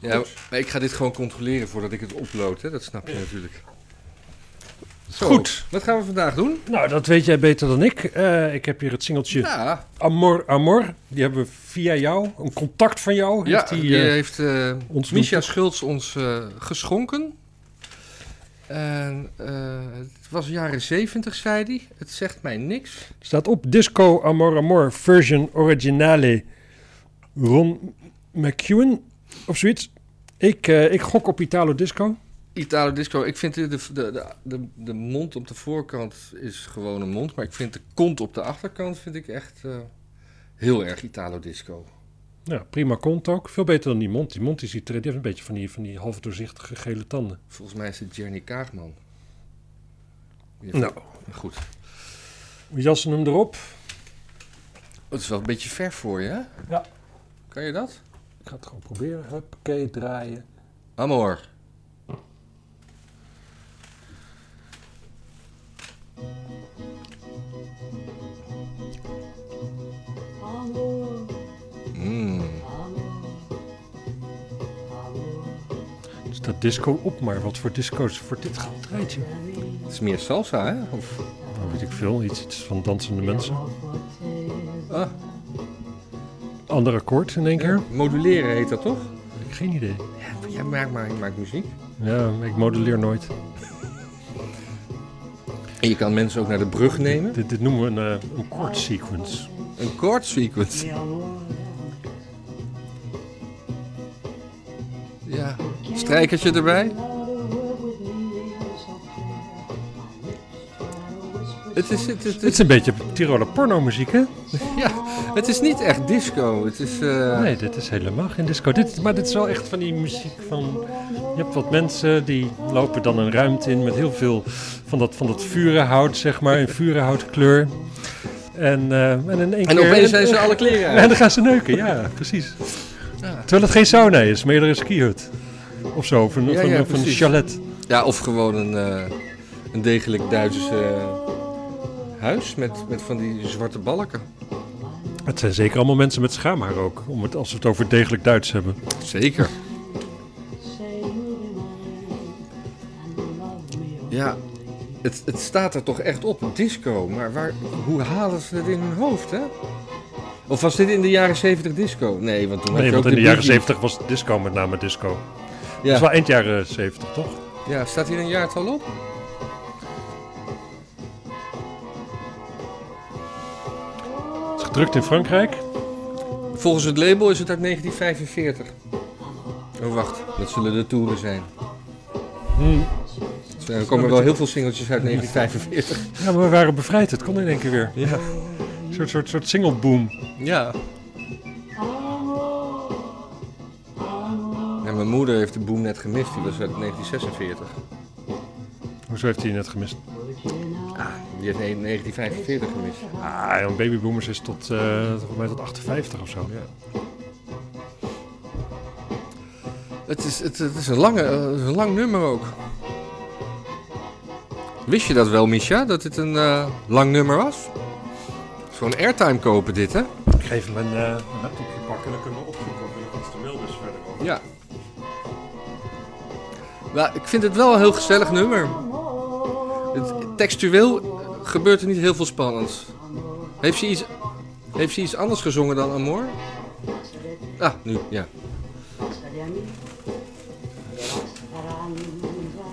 Ja, Dus. maar ik ga dit gewoon controleren voordat ik het upload, hè? dat snap je natuurlijk. Zo, Goed. Wat gaan we vandaag doen? Nou, dat weet jij beter dan ik. Eh, ik heb hier het singeltje Ja, Amor Amor. Die hebben we via jou, een contact van jou. ja heeft die, die eh, heeft eh ons Misha doen- Schultz ons eh, geschonken. En eh, het was jaren 70, zei hij. Het zegt mij niks. staat op Disco Amor Amor version originale. Ron McEwen of zoiets. Ik, eh, ik gok op Italo Disco. Italo Disco, ik vind de, de, de, de, de mond op de voorkant is gewoon een mond. Maar ik vind de kont op de achterkant vind ik echt eh, heel erg Italo Disco. Ja, prima kont ook. Veel beter dan die mond. Die mond die ziet er, die heeft een beetje van die, van die half doorzichtige gele tanden. Volgens mij is het Jerny Kaagman. Die heeft- Nou, Goed. we jassen hem erop. Het is wel een beetje ver voor je, hè? Ja. Kan je dat? Ik ga het gewoon proberen. Huppakee, draaien. Amor. Mm. Er staat disco op, maar wat voor disco's voor dit gaat draait, joh? Het is meer salsa, hè? Of... Nou, weet ik veel. Iets, iets van dansende mensen. Ah, Ander akkoord in één keer. moduleren heet dat toch? Ik geen idee. Ja, jij maakt maar, je maakt muziek. Ja, ik modelleer nooit. En je kan mensen ook naar de brug nemen. Dit, dit noemen we een, eh, een chord sequence. Een chord sequence. Ja, strijkertje erbij. Het is, het, is, het Dit is- is een beetje Tiroler pornomuziek, hè? ja, het is niet echt disco. Het is, eh, Nee, dit is helemaal geen disco. Dit, maar dit is wel echt van die muziek van... Je hebt wat mensen die lopen dan een ruimte in met heel veel van dat, van dat vurenhout, zeg maar. In vurenhoutkleur. En, eh, en in één En keer... opeens zijn ze alle kleren En uit. dan gaan ze neuken, ja, precies. Ja. Terwijl het geen sauna is, maar eerder een skihut. Of zo, of een, of Ja, een, ja, of een precies. chalet. Ja, of gewoon een, eh, een degelijk Duitse eh, huis met, met van die zwarte balken. Het zijn zeker allemaal mensen met schaamhaar ook, om het, als we het over degelijk Duits hebben. Zeker. Ja, het, het staat er toch echt op, disco. Maar waar, hoe halen ze het in hun hoofd, hè? Of was dit in de jaren 70 disco? Nee, want toen had Nee, je want ook in de jaren Bee Gees. 70 was disco met name disco. Dat is Ja. wel eind jaren 70, toch? ja, staat hier een jaartal op? Het is gedrukt in Frankrijk. Volgens het label is het uit 1945. Oh, wacht. Dat zullen de toeren zijn. Hm. Er komen wel heel veel singeltjes uit 1945. Ja, maar we waren bevrijd. Het kon in één keer weer. Ja. Een soort, soort, soort singleboom. Ja. En mijn moeder heeft de boom net gemist. Die was uit 1946. Hoezo heeft hij net gemist? Ah, Die heeft ne- 1945 gemist. Ah, joh, babyboomers is tot, eh, volgens mij tot 58 of zo. Het is, het, het is een, lange, eh, het is een lang nummer ook. Wist je dat wel, Misha? Dat dit een eh, lang nummer was? Gewoon airtime kopen dit, hè? Ik geef hem een eh, laptopje pakken en dan kunnen we opzoeken of er nog iets te melden is verder over. Ja. Nou, ik vind het wel een heel gezellig nummer. Het, textueel gebeurt er niet heel veel spannends. Heeft ze iets, heeft ze iets anders gezongen dan Amor? Ah, nu, ja.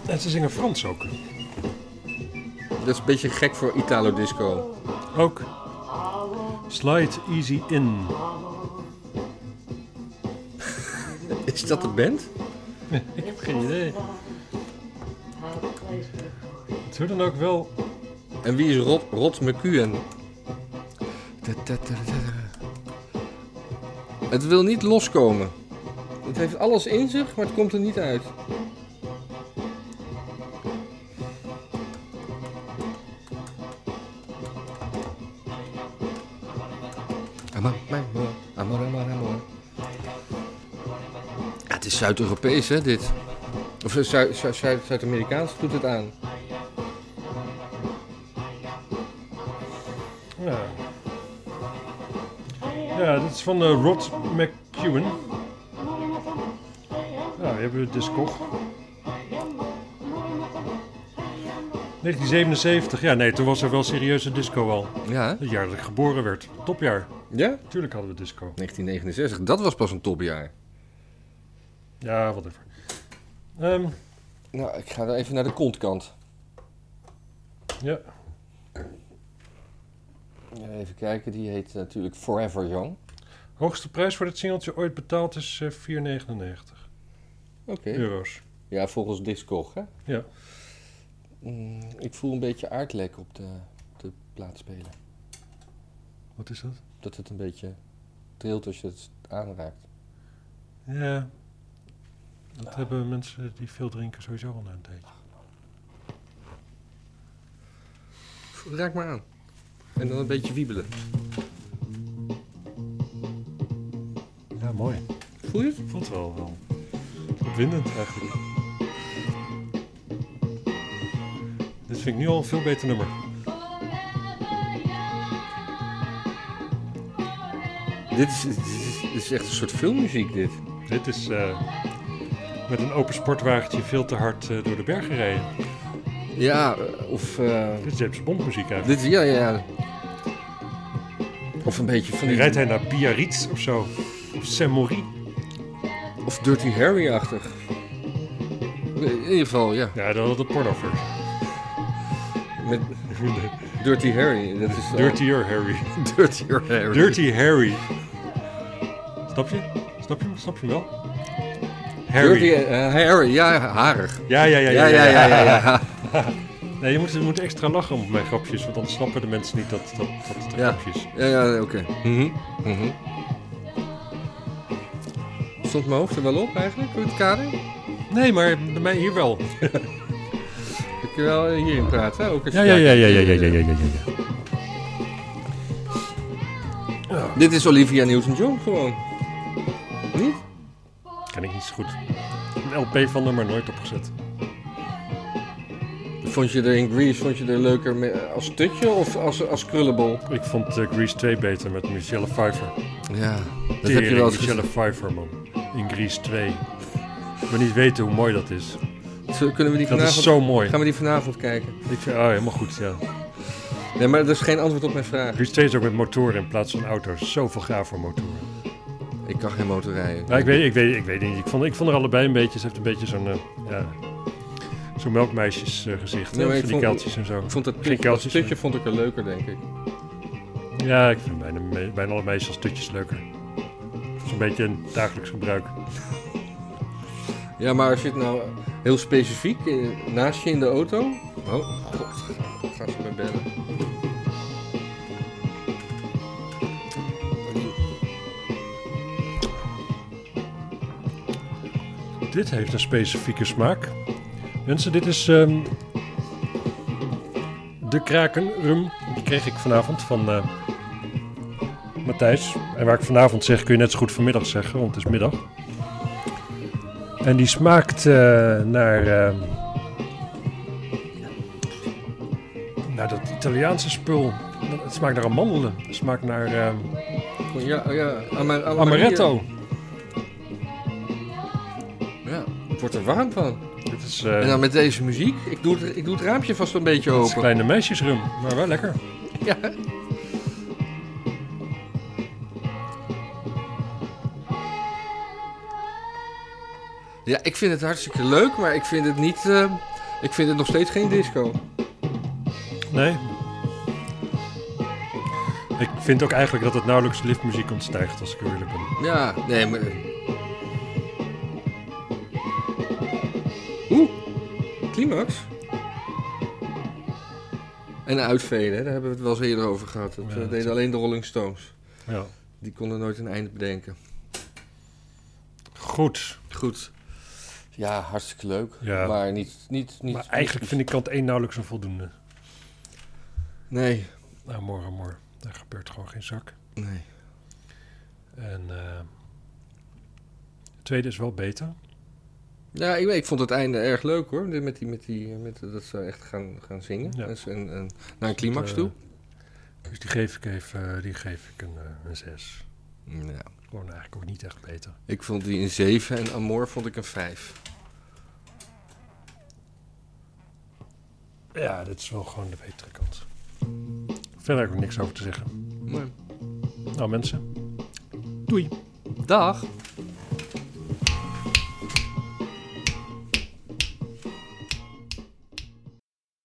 En ze zingen Frans ook. Dat is een beetje gek voor Italo Disco. Ook. Slide easy in. Is dat de band? Ik heb geen idee. Het wordt dan ook wel... En wie is Rod, Rod McCuen? Da, da, da, da. Het wil niet loskomen. Het heeft alles in zich, maar het komt er niet uit. Amor, amor, amor, amor, amor. Ja, het is Zuid-Europees, hè, dit. Of eh, Zuid- Zuid- Zuid- Zuid-Amerikaans doet het aan. Ja. Ja, dit is van eh, Rod McEwen. Nou, hebben we dus kocht. 1977, ja nee, toen was er wel serieuze disco al. Ja, hè? Het jaar dat ik geboren werd. Topjaar. ja? Natuurlijk hadden we disco. 1969, dat was pas een topjaar. Ja, whatever. Ehm Nou, ik ga er even naar de kontkant. ja. Even kijken, die heet eh, natuurlijk Forever Young. Hoogste prijs voor dit singeltje ooit betaald is eh, 4,99 Oké. euro's. Ja, volgens Discog, hè? Ja. Mm, ik voel een beetje aardlek op de, de plaatspeler. Wat is dat? Dat het een beetje trilt als je het aanraakt. Ja. Dat hebben mensen die veel drinken sowieso al na een tijdje. Raak maar aan. En dan een beetje wiebelen. Ja, mooi. Voel je het? Ik vond het wel, wel opwindend eigenlijk. Dit vind ik nu al een veel beter nummer. Dit is, dit is, dit is echt een soort filmmuziek, dit. Dit is eh, met een open sportwagentje veel te hard eh, door de bergen rijden. Ja, eh, of... eh, Dit is James Bond muziek eigenlijk. dit, ja, ja, ja. Of een beetje van die... Rijdt hij naar Biarritz of zo? Of Saint-Maurice? Of Dirty Harry-achtig. In ieder geval, ja. Ja, dat had een pornover. Met Dirty Harry. Dat is, eh, Dirtier Harry. Dirty Harry. Dirty Harry. Snap je? Snap je hem? Snap je hem wel? Harry. Dirty, eh, Harry, ja, harig. Ja, ja, ja, Ja, ja, ja, ja. ja. Nee, je moet, je moet extra lachen om mijn grapjes, want anders snappen de mensen niet dat, dat, dat het een Ja. grapje is. Ja, ja, oké. Mhm, mhm. Stond mijn hoofd er wel op eigenlijk, door het kader? Nee, maar bij mij hier wel. Ik kan wel eh, hierin praten, hè, ook als je Ja, ja, ja, praat. ja, ja, ja, ja, ja, ja. ja. Dit is Olivia Newton-John gewoon. Niet? Ken ik niet zo goed. Een LP van hem, maar nooit opgezet. Vond je er in Grease vond je er leuker me- als tutje of als, als krullenbol? Ik vond eh, Grease 2 beter met Michelle Pfeiffer. Ja, dat Tering, heb je wel eens Michelle gezien. Pfeiffer, man. In Grease 2. We niet weten hoe mooi dat is. Zullen- Kunnen we die Dat vanavond... is zo mooi. Gaan we die vanavond kijken? Ik vind, oh, helemaal goed, ja. Nee, maar dat is geen antwoord op mijn vraag. Grease 2 is ook met motoren in plaats van auto's. Zoveel gaaf voor motoren. Ik kan geen motor rijden. Nou, ik, weet, ik, weet, ik weet niet. Ik vond, ik vond er allebei een beetje. Ze heeft een beetje zo'n eh, ja, zo'n melkmeisjesgezicht. Nee, maar Nee, ik die vond- kuiltjes en zo. Ik vond dat Geen tutje, dat kuiltjes, tutje nee. vond ik er leuker, denk ik. Ja, ik vind bijna, me- bijna alle meisjes tutjes leuker. Zo'n beetje een dagelijks gebruik. Ja, maar als je het nou heel specifiek eh, naast je in de auto. Oh, god. Ga ze maar bellen. Dit heeft een specifieke smaak. Mensen, dit is ehm, de krakenrum. Die kreeg ik vanavond van eh, Matthijs. En waar ik vanavond zeg, kun je net zo goed vanmiddag zeggen, want het is middag. En die smaakt eh, naar, ehm, naar dat Italiaanse spul. Het smaakt naar amandelen. Het smaakt naar ehm, Oh, Ja, ja, ama- ama- amaretto. Ja, ik word er warm van. Dit is, eh, En dan met deze muziek. Ik doe het, ik doe het raampje vast een beetje het is open. kleine meisjesrum, maar wel lekker. Ja. ja, ik vind het hartstikke leuk, maar ik vind het niet. eh, ik vind het nog steeds geen disco. Nee. Ik vind ook eigenlijk dat het nauwelijks liftmuziek ontstijgt, als ik heel eerlijk ben. Ja, nee, maar. Oeh, climax. En uitvelen, hè, daar hebben we het wel eens eerder over gehad. Dat Ja, eh, dat- deden alleen de Rolling Stones. Ja. Die konden nooit een eind bedenken. Goed. Goed. Ja, hartstikke leuk. Ja. Maar niet, niet, niet. Maar eigenlijk vind ik kant 1 nauwelijks een voldoende. Nee, Nou, morgen, morgen. Daar gebeurt gewoon geen zak. nee. En eh, het tweede is wel beter. Ja, ik, weet- ik vond het einde erg leuk hoor. Dit Met die, met die, eh, met, dat ze echt gaan, gaan zingen. Ja. Dus en, en, naar een climax Eh, toe. Dus die geef ik even, eh, die geef ik een, eh, een 6. Ja. gewoon eigenlijk ook niet echt beter. Ik vond die een 7 en Amor vond ik een 5. Ja, dit is wel gewoon de betere kant. Verder heb ik niks over te zeggen. Mooi. Nou mensen, doei. Dag!